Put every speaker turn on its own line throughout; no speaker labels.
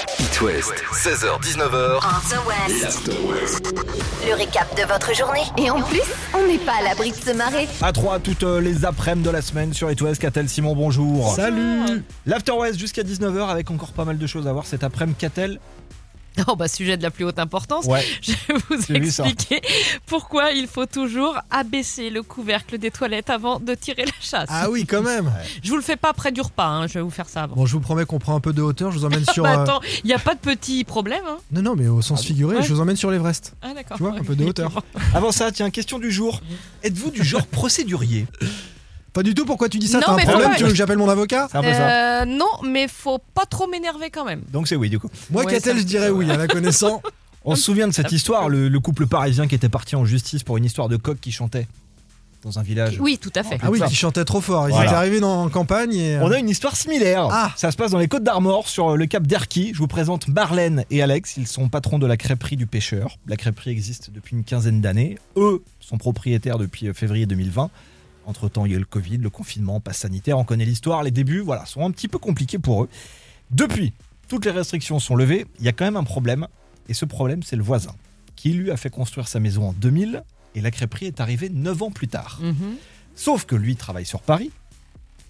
It West, 16h-19h,
After West,
l'After West.
le récap de votre journée. Et en plus, on n'est pas à l'abri de se marrer.
À 3 toutes euh, les après-midi de la semaine sur It West, Catel Simon, bonjour.
Salut
L'After West jusqu'à 19h avec encore pas mal de choses à voir cet après-midi, Catel.
Non, bah sujet de la plus haute importance.
Ouais.
Je vais vous
J'ai vu ça.
expliquer pourquoi il faut toujours abaisser le couvercle des toilettes avant de tirer la chasse.
Ah oui, quand même.
Je vous le fais pas près du repas, hein, je vais vous faire ça avant.
Bon, je vous promets qu'on prend un peu de hauteur. Je vous emmène sur.
Bah,
euh,
attends, il n'y a pas de petit problème. hein
Non, non, mais au sens figuré,
Ouais.
je vous emmène sur l'Everest.
ah d'accord.
Tu vois, un peu de hauteur.
Avant ça, tiens, question du jour. Êtes-vous du genre procédurier
Pas du tout. Pourquoi tu dis ça
Non,
T'as un
mais
problème
pourquoi-
Tu veux que j'appelle mon avocat
C'est un peu ça.
Euh, non, mais faut pas trop m'énerver quand même.
Donc c'est oui du coup.
Moi,
Ouais,
Catel,
ça-
je dirais oui, à la connaissant.
On se souvient de
Euh.
cette histoire, le, le couple parisien qui était parti en justice pour une histoire de coq qui chantait dans un village.
Oui, tout à fait.
Ah oui,
Ça.
qui chantait trop fort. Ils
Voilà.
étaient arrivés dans, en campagne et. euh,
On a une histoire similaire.
Ah.
Ça se passe dans les Côtes d'Armor, sur euh, le cap d'Erquy. Je vous présente Marlène et Alex. Ils sont patrons de la crêperie du pêcheur. La crêperie existe depuis une quinzaine d'années. Eux sont propriétaires depuis euh, février 2020. Entre temps, il y a eu le Covid, le confinement, passe sanitaire. On connaît l'histoire. Les débuts, voilà, sont un petit peu compliqués pour eux. Depuis, toutes les restrictions sont levées. Il y a quand même un problème. Et ce problème, c'est le voisin qui lui a fait construire sa maison en 2000 et la crêperie est arrivée 9 ans plus tard.
Mhm.
Sauf que lui travaille sur Paris.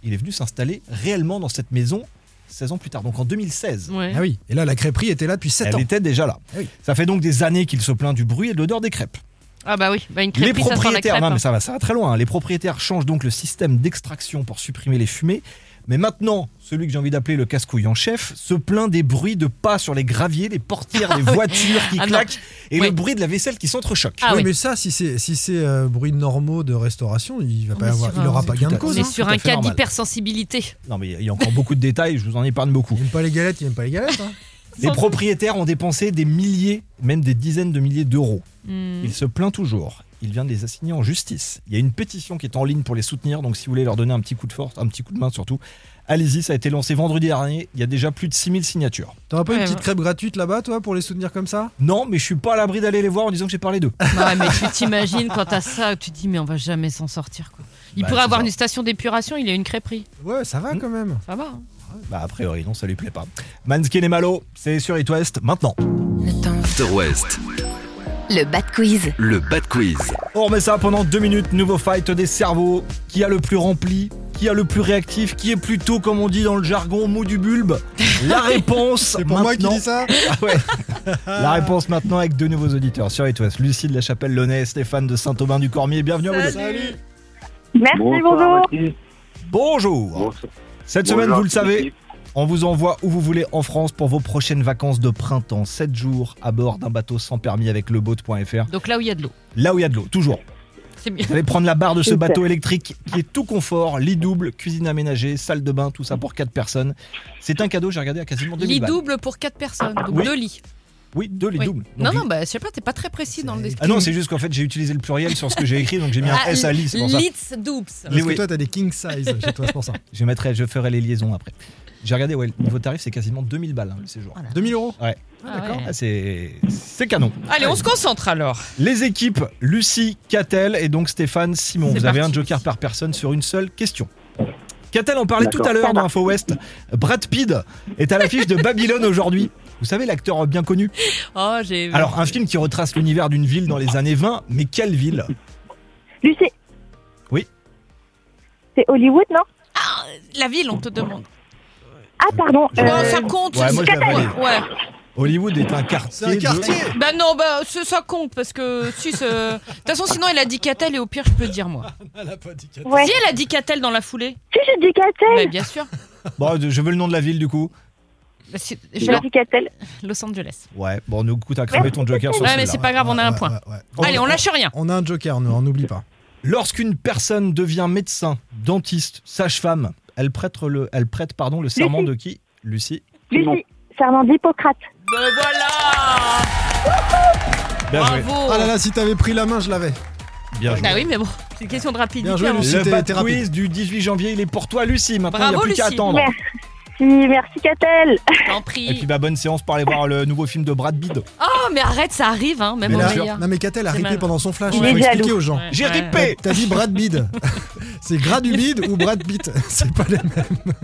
Il est venu s'installer réellement dans cette maison 16 ans plus tard, donc en 2016.
Ouais. Eh
Ah oui. Et là, la crêperie était là depuis 7
Elle
ans.
était déjà là.
Ah oui.
Ça fait donc des années qu'il se plaint du bruit et de l'odeur des crêpes.
Ah bah oui, bah une crêpe,
les
ça sent la
propriétaires,
crêpe.
non
hein.
mais ça va, ça va très loin. hein. Les propriétaires changent donc le système d'extraction pour supprimer les fumées. Mais maintenant, celui que j'ai envie d'appeler le casse-couille en chef se plaint des bruits de pas sur les graviers, des portières, des voitures qui
Ah non.
claquent et
Oui.
le bruit de la vaisselle qui s'entrechoque.
Ah
oui,
oui.
mais ça, si c'est si c'est euh, bruit normaux de restauration, il va
est
pas avoir,
sur
il
un-
aura pas
C'est
gain
tout
de
à-
cause.
On
hein.
est sur
Tout à
un
fait
cas
normal.
d'hypersensibilité.
Non mais il y a encore beaucoup de détails, je vous en épargne beaucoup.
Il aime pas les galettes, il aime pas les galettes. hein.
Les propriétaires ont dépensé des milliers, même des dizaines de milliers d'euros.
Mhm.
Il se plaint toujours. Il vient de les assigner en justice. Il y a une pétition qui est en ligne pour les soutenir, donc si vous voulez leur donner un petit coup de force, un petit coup de main surtout, allez-y, ça a été lancé vendredi dernier, il y a déjà plus de 6000 signatures.
T'auras pas
Ouais,
une petite
ouais.
crêpe gratuite là-bas, toi, pour les soutenir comme ça
Non, mais je suis pas à l'abri d'aller les voir en disant que j'ai parlé d'eux.
Ouais, mais tu t'imagines quand t'as ça, tu te dis mais on va jamais s'en sortir quoi. Il
Bah,
pourrait
c'est
avoir
ça.
une station d'épuration, il a une crêperie.
Ouais, ça va
Mm.
quand même.
Ça va. hein.
Bah a priori non, ça lui plaît pas. Manskin et Malo, c'est sur It West maintenant.
After West,
Le bad quiz.
le Bad Quiz.
On remet ça pendant deux minutes, nouveau fight des cerveaux. Qui a le plus rempli Qui a le plus réactif Qui est plutôt, comme on dit dans le jargon, mot du bulbe La réponse
C'est pour moi qui
maintenant.
dis ça
Ah ouais. La réponse maintenant avec deux nouveaux auditeurs sur It West. Lucie de la Chapelle Launay, Stéphane de Saint-Aubin-du-Cormier. Bienvenue à vous. deux.
Merci, bonjour.
Mathis.
Bonjour.
Bonsoir.
Cette semaine,
Bonjour
vous le
à toute
savez,
l'équipe.
on vous envoie où vous voulez en France pour vos prochaines vacances de printemps. 7 jours à bord d'un bateau sans permis avec leboat.fr.
Donc là où il y a de l'eau,
Là où il y a de l'eau, toujours.
c'est bien.
Vous allez prendre la barre de ce bateau électrique qui est tout confort, lit double, cuisine aménagée, salle de bain, tout ça pour 4 personnes. C'est un cadeau, j'ai regardé à quasiment 2000
Lit
balles.
double pour 4 personnes, donc
Oui.
deux lits.
Oui, deux lits
Oui.
doubles.
Non,
Donc,
non, bah je sais pas, t'es pas très précis dans le
Ah
descriptif.
non, c'est juste qu'en fait j'ai utilisé le pluriel sur ce que j'ai écrit, donc j'ai mis un
Ah,
S à lit, c'est pour ça.
Lits doubles.
Mais
Parce que
oui.
toi, t'as des king size chez toi, c'est pour ça.
Je mettrai, je ferai les liaisons après. J'ai regardé, ouais, le niveau tarif c'est quasiment 2000 balles hein, le séjour.
2000 euros
Ah ouais.
Ah, c'est c'est canon.
Allez, on se concentre alors.
Les équipes Lucie, Catel et donc Stéphane Simon.
C'est
Vous avez un
parti.
joker par personne sur une seule question. Catel en parlait tout
D'accord.
à l'heure dans Info West. Brad Pitt est à l'affiche de Babylone aujourd'hui. Vous savez l'acteur bien connu
Oh, j'ai.
Alors un film qui retrace l'univers d'une ville dans les années 20, mais quelle ville
Lucie.
Oui.
C'est Hollywood, non
La ville, on te demande.
Ah, pardon.
Je-
euh,
Bon, ça compte.
Ouais,
ça,
moi,
c'est-
je l'avais.
Ouais.
Hollywood est un quartier.
C'est
de-
un quartier
Bah non, bah ça ça compte parce que si c'est- de toute façon sinon elle a dit Catel et au pire je peux dire moi.
ouais.
Si elle a dit Catel dans la foulée,
Si, j'ai dit
bah
Catel.
bien sûr.
Bon, je veux le nom de la ville du coup.
Bah, c'est- je
J'ai
la-
dit Catel.
Los Angeles.
Ouais, bon, nous coûte à cramer ton joker sur
Ouais, mais
celui-là.
c'est pas grave, on a un
Ouais,
point.
ouais, ouais.
Allez, on lâche rien.
On a un joker, nous, on n'oublie pas.
Lorsqu'une personne devient médecin, dentiste, sage-femme, elle prête le, elle prête pardon le serment de qui Lucie.
Lucie. Serment d'Hippocrate.
Ben voilà
Bien joué.
Bravo
Ah là là, si t'avais pris la main, je l'avais.
Bien joué.
Bah oui, mais bon, c'est une question de rapidité. hein,
Bien joué,
avant-
Lucie.
Le
C'était
bad
thérapie.
quiz du 18 janvier, il est pour toi, Lucie. Maintenant, il n'y a
Bravo,
plus qu'à
Lucie.
attendre.
Merci. Si, merci Catel.
T'en
Et puis,
prie.
bah, bonne séance pour aller voir le nouveau film de Brad Pitt.
Oh, mais arrête, ça arrive, hein, même
Mais
au
là-
meilleur.
non mais Catel a
C'est
ripé
mal.
pendant son flash,
Il
il
est
faut expliquer
jaloux.
aux gens.
Ouais,
J'ai
ouais,
ripé.
Ouais, T'as dit Brad Bid. C'est gras du bide ou Brad Pitt. C'est pas les mêmes.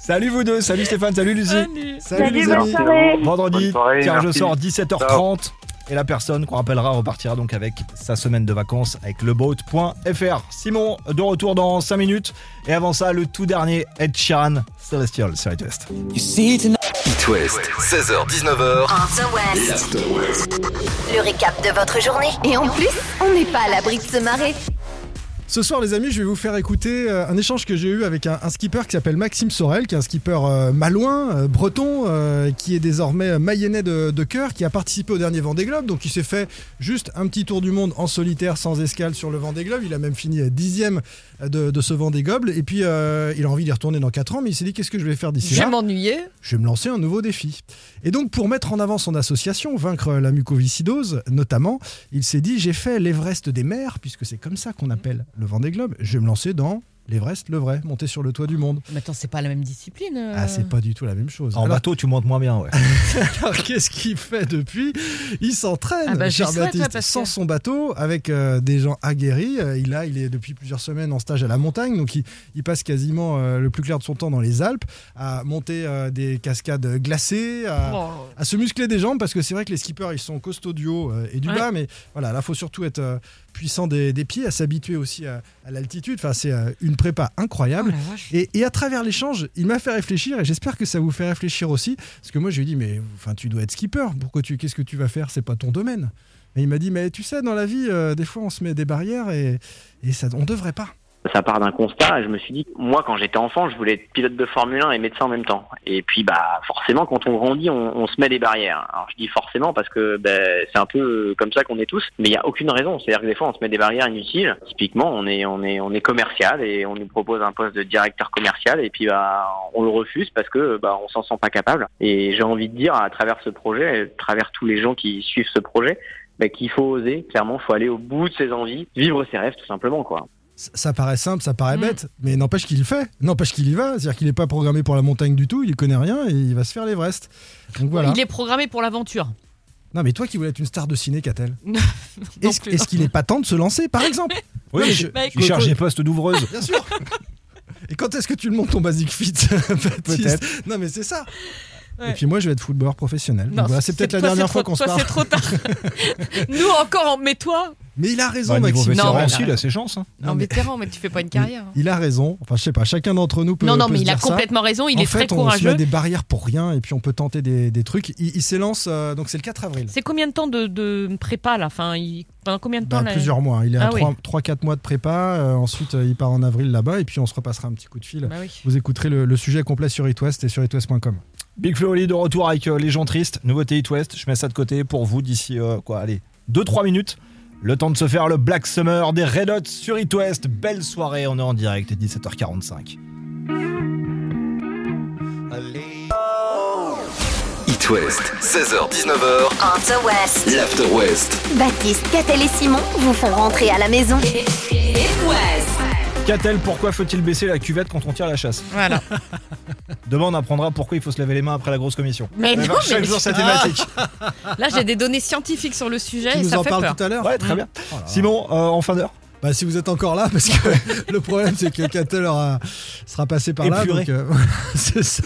Salut vous deux, salut Stéphane, salut Lucie.
Salut.
Salut,
les
bonne
amis.
soirée.
Vendredi,
Bonne soirée,
tiens, je
merci.
sors 17h30. Et la personne qu'on rappellera repartira donc avec sa semaine de vacances avec leboat.fr. Simon, de retour dans 5 minutes. Et avant ça, le tout dernier Ed Sheeran, Celestial sur It West.
It West, 16h-19h.
En The West. Le récap de votre journée. Et en plus, on n'est pas à l'abri de se marrer.
Ce soir, les amis, je vais vous faire écouter euh, un échange que j'ai eu avec un, un skipper qui s'appelle Maxime Sorel, qui est un skipper euh, malouin, euh, breton, euh, qui est désormais euh, mayennais de, de cœur, qui a participé au dernier Vendée Globe. Donc, il s'est fait juste un petit tour du monde en solitaire, sans escale sur le Vendée Globe. Il a même fini euh, dixième de, de ce Vendée Globe. Et puis, euh, il a envie d'y retourner dans quatre ans, mais il s'est dit qu'est-ce que je vais faire d'ici
Je vais
là
m'ennuyer.
je vais me lancer un nouveau défi. Et donc, pour mettre en avant son association, vaincre la mucoviscidose notamment, il s'est dit j'ai fait l'Everest des mers, puisque c'est comme ça qu'on appelle le Vendée Globe. Je vais me lancer dans l'Everest, le vrai, monter sur le toit du monde.
Mais attends, c'est pas la même discipline. euh.
Ah, c'est pas du tout la même chose.
En
Alors,
bateau, tu montes moins bien, ouais.
alors, qu'est-ce qu'il fait depuis Il s'entraîne,
Ah bah, je
cher
lui souhaite,
Baptiste,
ouais, parce que-
sans son bateau, avec euh, des gens aguerris. Euh, Il, a, il est depuis plusieurs semaines en stage à la montagne, donc il, il passe quasiment euh, le plus clair de son temps dans les Alpes, à monter euh, des cascades glacées, à,
Oh.
à se muscler des jambes parce que c'est vrai que les skippers ils sont costauds du haut euh, et du
Ouais.
bas mais voilà là faut surtout être euh, puissant des, des pieds à s'habituer aussi à, à l'altitude enfin c'est euh, une prépa
Oh
incroyable
la vache.
et, et à travers l'échange, il m'a fait réfléchir et j'espère que ça vous fait réfléchir aussi. Parce que moi, je lui ai dit, mais enfin, tu dois être skipper. Pourquoi tu, qu'est-ce que tu vas faire C'est pas ton domaine. Et il m'a dit, mais tu sais, dans la vie, euh, des fois, on se met des barrières et, et ça, on devrait pas.
ça part d'un constat et je me suis dit moi quand j'étais enfant je voulais être pilote de Formule 1 et médecin en même temps et puis bah forcément quand on grandit on, on se met des barrières alors je dis forcément parce que ben, c'est un peu comme ça qu'on est tous mais il y a aucune raison c'est à dire que des fois on se met des barrières inutiles typiquement on est on est on est commercial et on nous propose un poste de directeur commercial et puis bah on le refuse parce que bah on s'en sent pas capable et j'ai envie de dire à travers ce projet à travers tous les gens qui suivent ce projet bah, qu'il faut oser clairement faut aller au bout de ses envies vivre ses rêves tout simplement quoi
Ça, ça paraît simple, ça paraît
Mm.
bête, mais n'empêche qu'il le fait, n'empêche qu'il y va. C'est-à-dire qu'il n'est pas programmé pour la montagne du tout, il connaît rien et il va se faire l'Everest. Donc voilà.
Il est programmé pour l'aventure.
Non, mais toi qui voulais être une star de ciné, qu'a-t-elle
Non,
Est-ce
plus.
est-ce qu'il n'est pas temps de se lancer, par exemple
Oui,
Non, mais
il-
je-
Bah, écoute,
il cherche des postes d'ouvreuse.
Bien sûr Et quand est-ce que tu le montes ton Basic Fit, Baptiste
Peut-être.
Non, mais c'est ça
Ouais.
Et puis moi, je vais être footballeur professionnel.
non,
Donc voilà, Bah, c'est peut-être la
toi,
dernière
c'est
fois
trop-
qu'on se
toi,
parle.
c'est trop tard. Nous encore, mais toi,
Mais il a raison,
Bah, niveau
Maxime.
vétéran
Non, mais-
aussi, il a ses chances. hein.
Non,
en
mais-
vétéran, mais tu fais pas une carrière. hein.
Il a raison. Enfin, je sais pas, chacun d'entre nous peut.
non, non,
peut
mais
se
il a
dire ça.
complètement raison. Il
en
est
fait,
très
on se met
courageux.
des barrières pour rien et puis on peut tenter des, des trucs. Il, il s'élance, euh, donc c'est le 4 avril.
C'est combien de temps de, de prépa là enfin, il... Pendant combien de temps
Ben,
là
plusieurs mois. Il est à
Ah oui.
3-4 mois de prépa. euh, ensuite, euh, il part en avril là-bas et puis on se repassera un petit coup de fil.
Bah oui.
Vous écouterez le, le sujet complet sur E itwest et sur itwest.com.
Big Flo Oli de retour avec euh, Les gens tristes, nouveauté It West. Je mets ça de côté pour vous d'ici euh, quoi, allez, 2-3 minutes. Le temps de se faire le Black Summer des Red Hot sur It West. Belle soirée, on est en direct, 17h45.
It West, 16h-19h.
En The West.
L'After West.
Baptiste, Catel et Simon vous font rentrer à la maison.
Catel, pourquoi faut-il baisser la cuvette quand on tire la chasse
Voilà.
Demain, on apprendra pourquoi il faut se laver les mains après la grosse commission.
Mais
On va
non,
bah,
voir chaque
mais
jour cette thématique.
là j'ai des données scientifiques sur le sujet
Tu
et
nous
Eh, ça
en
fait
parles
peur.
tout à l'heure
Ouais, très bien.
Oh là là.
Simon, euh, en fin d'heure.
Bah, si vous êtes encore là, parce que le problème, c'est que Catel aura- sera passé par là.
Épuré.
donc, euh, c'est ça.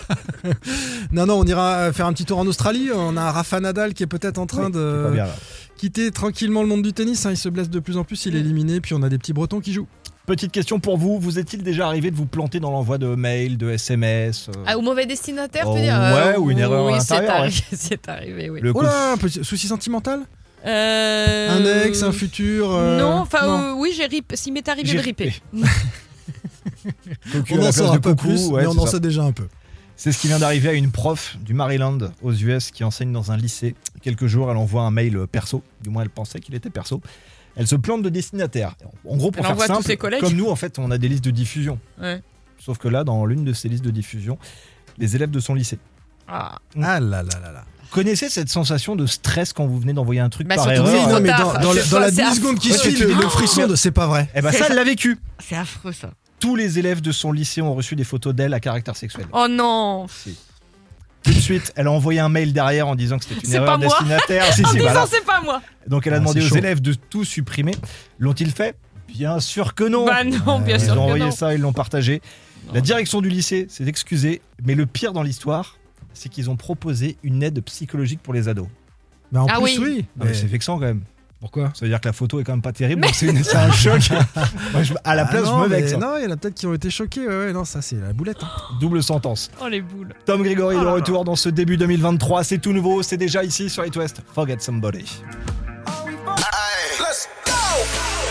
Non, non, on ira faire un petit tour en Australie. On a Rafa Nadal qui est peut-être en train
Oui, c'est pas
de
bien, là.
quitter tranquillement le monde du tennis. hein. Il se blesse de plus en plus, il est éliminé. Puis on a des petits Bretons qui jouent.
Petite question pour vous. Vous est-il déjà arrivé de vous planter dans l'envoi de mails, de SMS euh,
Ah, au mauvais destinataire,
Oh,
tu veux dire euh,
ouais, ou une erreur à
Oui, c'est
l'intérieur,
arrivé, c'est arrivé, oui.
le
Oh
coup de
là, un petit souci sentimental
Euh,
Un ex, un futur euh,
Non, enfin euh, oui, j'ai rip... s'il m'est arrivé
J'ai
de ripper.
cocu à la
On en
place
saura
de
pas
coucou,
plus,
ouais,
mais on
c'est
en
ça.
sait déjà un peu.
C'est ce qui vient d'arriver à une prof du Maryland aux US qui enseigne dans un lycée. Quelques jours, elle envoie un mail perso. Du moins, elle pensait qu'il était perso. Elle se plante de destinataire. En gros, pour
Elle
faire
envoie à tous
simple,
ses collègues.
comme nous, en fait, on a des listes de diffusion.
Ouais.
Sauf que là, dans l'une de ces listes de diffusion, les élèves de son lycée.
Ah.
Ah là là là là.
Connaissez cette sensation de stress quand vous venez d'envoyer un truc
Bah,
par erreur
surtout que c'est
non,
trop
mais
tard.
dans, dans la- dans la
C'est
10 secondes qui
affreux.
suivent,
Ouais, tu te
le
dis-
frisson de c'est pas vrai.
Eh ben ça, elle l'a vécu.
C'est affreux ça.
Tous les élèves de son lycée ont reçu des photos d'elle à caractère sexuel.
Oh non.
Tout de suite, elle a envoyé un mail derrière en disant que c'était une
C'est
erreur
pas moi.
destinataire. Si,
En
si,
disant
voilà.
c'est pas moi.
Donc elle a
Ah,
demandé
c'est
aux
chaud.
élèves de tout supprimer. L'ont-ils fait Bien sûr que non
Bah
Euh,
non, bien
Ils
sûr
ont
que
envoyé
non.
ça, ils l'ont partagé. La
Non.
direction du lycée s'est excusée, mais le pire dans l'histoire, c'est qu'ils ont proposé une aide psychologique pour les ados.
Bah, en
Ah
plus,
oui.
oui.
Non, mais c'est vexant quand même.
Pourquoi
Ça veut dire que la photo est quand même pas terrible, donc c'est une- c'est un choc. Moi, je- à la place,
Ah non,
je me
mais
vexe.
Non, il y en a peut-être qui ont été choqués. Ouais, ouais, non, ça, c'est la boulette. hein.
Double sentence.
Oh les boules.
Tom Grégory
Oh
de
là là.
retour dans ce début 2023. C'est tout nouveau, c'est déjà ici sur It West. Forget Somebody.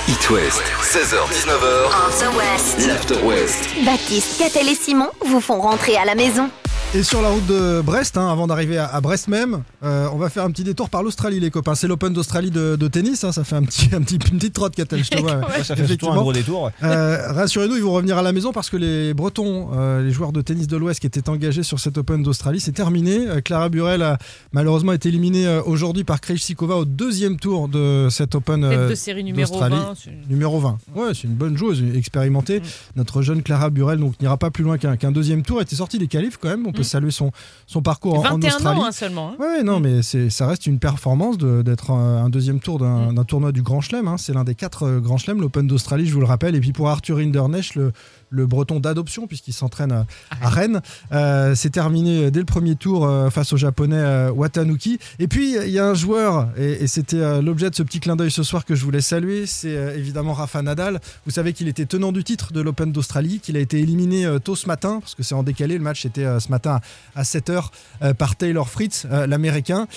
It West, 16h-19h,
Of the West.
l'After West.
Baptiste, Catel et Simon vous font rentrer à la maison.
Et sur la route de Brest, hein, avant d'arriver à, à Brest même, euh, on va faire un petit détour par l'Australie, les copains. C'est l'Open d'Australie de, de tennis. hein, ça fait un petit, un petit, une petite trotte, Catel, je te vois. ouais.
Ouais, ça fait surtout un
Effectivement.
gros détour. ouais.
Euh, Rassurez-nous, ils vont revenir à la maison parce que les Bretons, euh, les joueurs de tennis de l'Ouest qui étaient engagés sur cet Open d'Australie, c'est terminé. Euh, Clara Burel a malheureusement été éliminée euh, aujourd'hui par Krejcikova au deuxième tour de cet Open
Tête
euh,
de série numéro
d'Australie.
20. c'est-
numéro 20. Ouais, c'est une bonne joueuse, expérimentée.
Mm.
Notre jeune Clara Burel donc n'ira pas plus loin qu'un qu'un deuxième tour. Elle était sortie des qualifs quand même. On peut
Mm.
saluer son, son parcours en- en,
21
Australie.
ans hein, seulement. hein.
Ouais, ouais, non, mais c'est- ça reste une performance de- d'être un, un deuxième tour d'un d'un tournoi du Grand Chelem. hein. C'est l'un des quatre euh, Grand Chelem, l'Open d'Australie, je vous le rappelle. Et puis pour Arthur Hindernesh, le, le breton d'adoption, puisqu'il s'entraîne à, à Rennes, euh, c'est terminé dès le premier tour euh, face au japonais euh, Watanuki. Et puis il y a un joueur, et, et c'était euh, l'objet de ce petit clin d'œil ce soir que je voulais saluer, c'est euh, évidemment Rafa Nadal. Vous savez qu'il était tenant du titre de l'Open d'Australie, qu'il a été éliminé euh, tôt ce matin, parce que c'est en décalé, le match était euh, ce matin à 7h euh, par Taylor Fritz, euh, l'américain,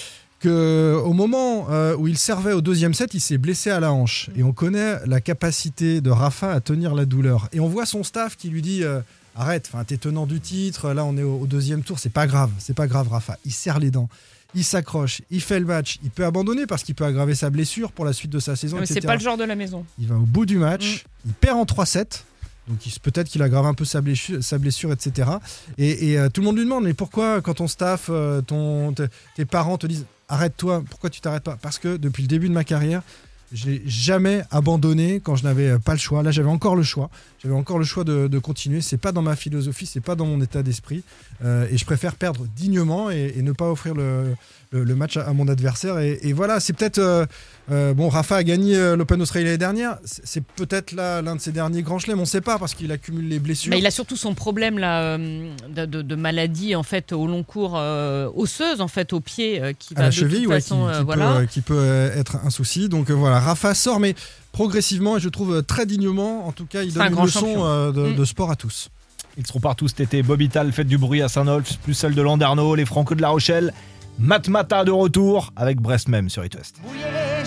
que au moment euh, où il servait au deuxième set, il s'est blessé à la hanche. Et on connaît la capacité de Rafa à tenir la douleur. Et on voit son staff qui lui dit euh, arrête, enfin t'es tenant du titre, là on est au, au deuxième tour, c'est pas grave, c'est pas grave Rafa. Il serre les dents. Il s'accroche, il fait le match, il peut abandonner parce qu'il peut aggraver sa blessure pour la suite de sa saison.
Mais c'est
etc.
pas le Mm. genre de la maison.
Il va au bout du match, il perd en 3-7. Donc il- peut-être qu'il aggrave un peu sa blessure, sa blessure etc. Et, et, euh, tout le monde lui demande, mais pourquoi quand ton staff, euh, ton, te- tes parents te disent, arrête-toi, pourquoi tu t'arrêtes pas Parce que depuis le début de ma carrière, j'ai jamais abandonné quand je n'avais euh, pas le choix. Là, j'avais encore le choix. J'avais encore le choix de, de continuer. C'est pas dans ma philosophie, c'est pas dans mon état d'esprit. Euh, et je préfère perdre dignement et, et ne pas offrir le, le- le match à, à mon adversaire. Et, et voilà, c'est peut-être euh, euh, bon, Rafa a gagné euh, l'Open d'Australie l'année dernière. C'est c'est peut-être là l'un de ses derniers grands chelems. On ne sait pas parce qu'il accumule les blessures.
Mais il a surtout son problème là, euh, de, de- de maladie en fait au long cours euh, osseuse en fait au pied euh, qui va
à la
de
cheville,
toute
ouais,
façon
qui,
euh,
qui
voilà.
peut, euh, qui peut, euh, être un souci. Donc euh, voilà, Rafa sort, mais progressivement et je trouve euh, très dignement. En tout cas, il
C'est
donne
un
une
grand
leçon
champion.
euh, de,
Mm.
de sport à tous.
Ils seront partout cet été. Bobby Tal, fête du bruit à Saint-Nolf, plus celle de Landarneau, les Franco de La Rochelle. Matmata de retour avec Brest même sur It West.
Bouillez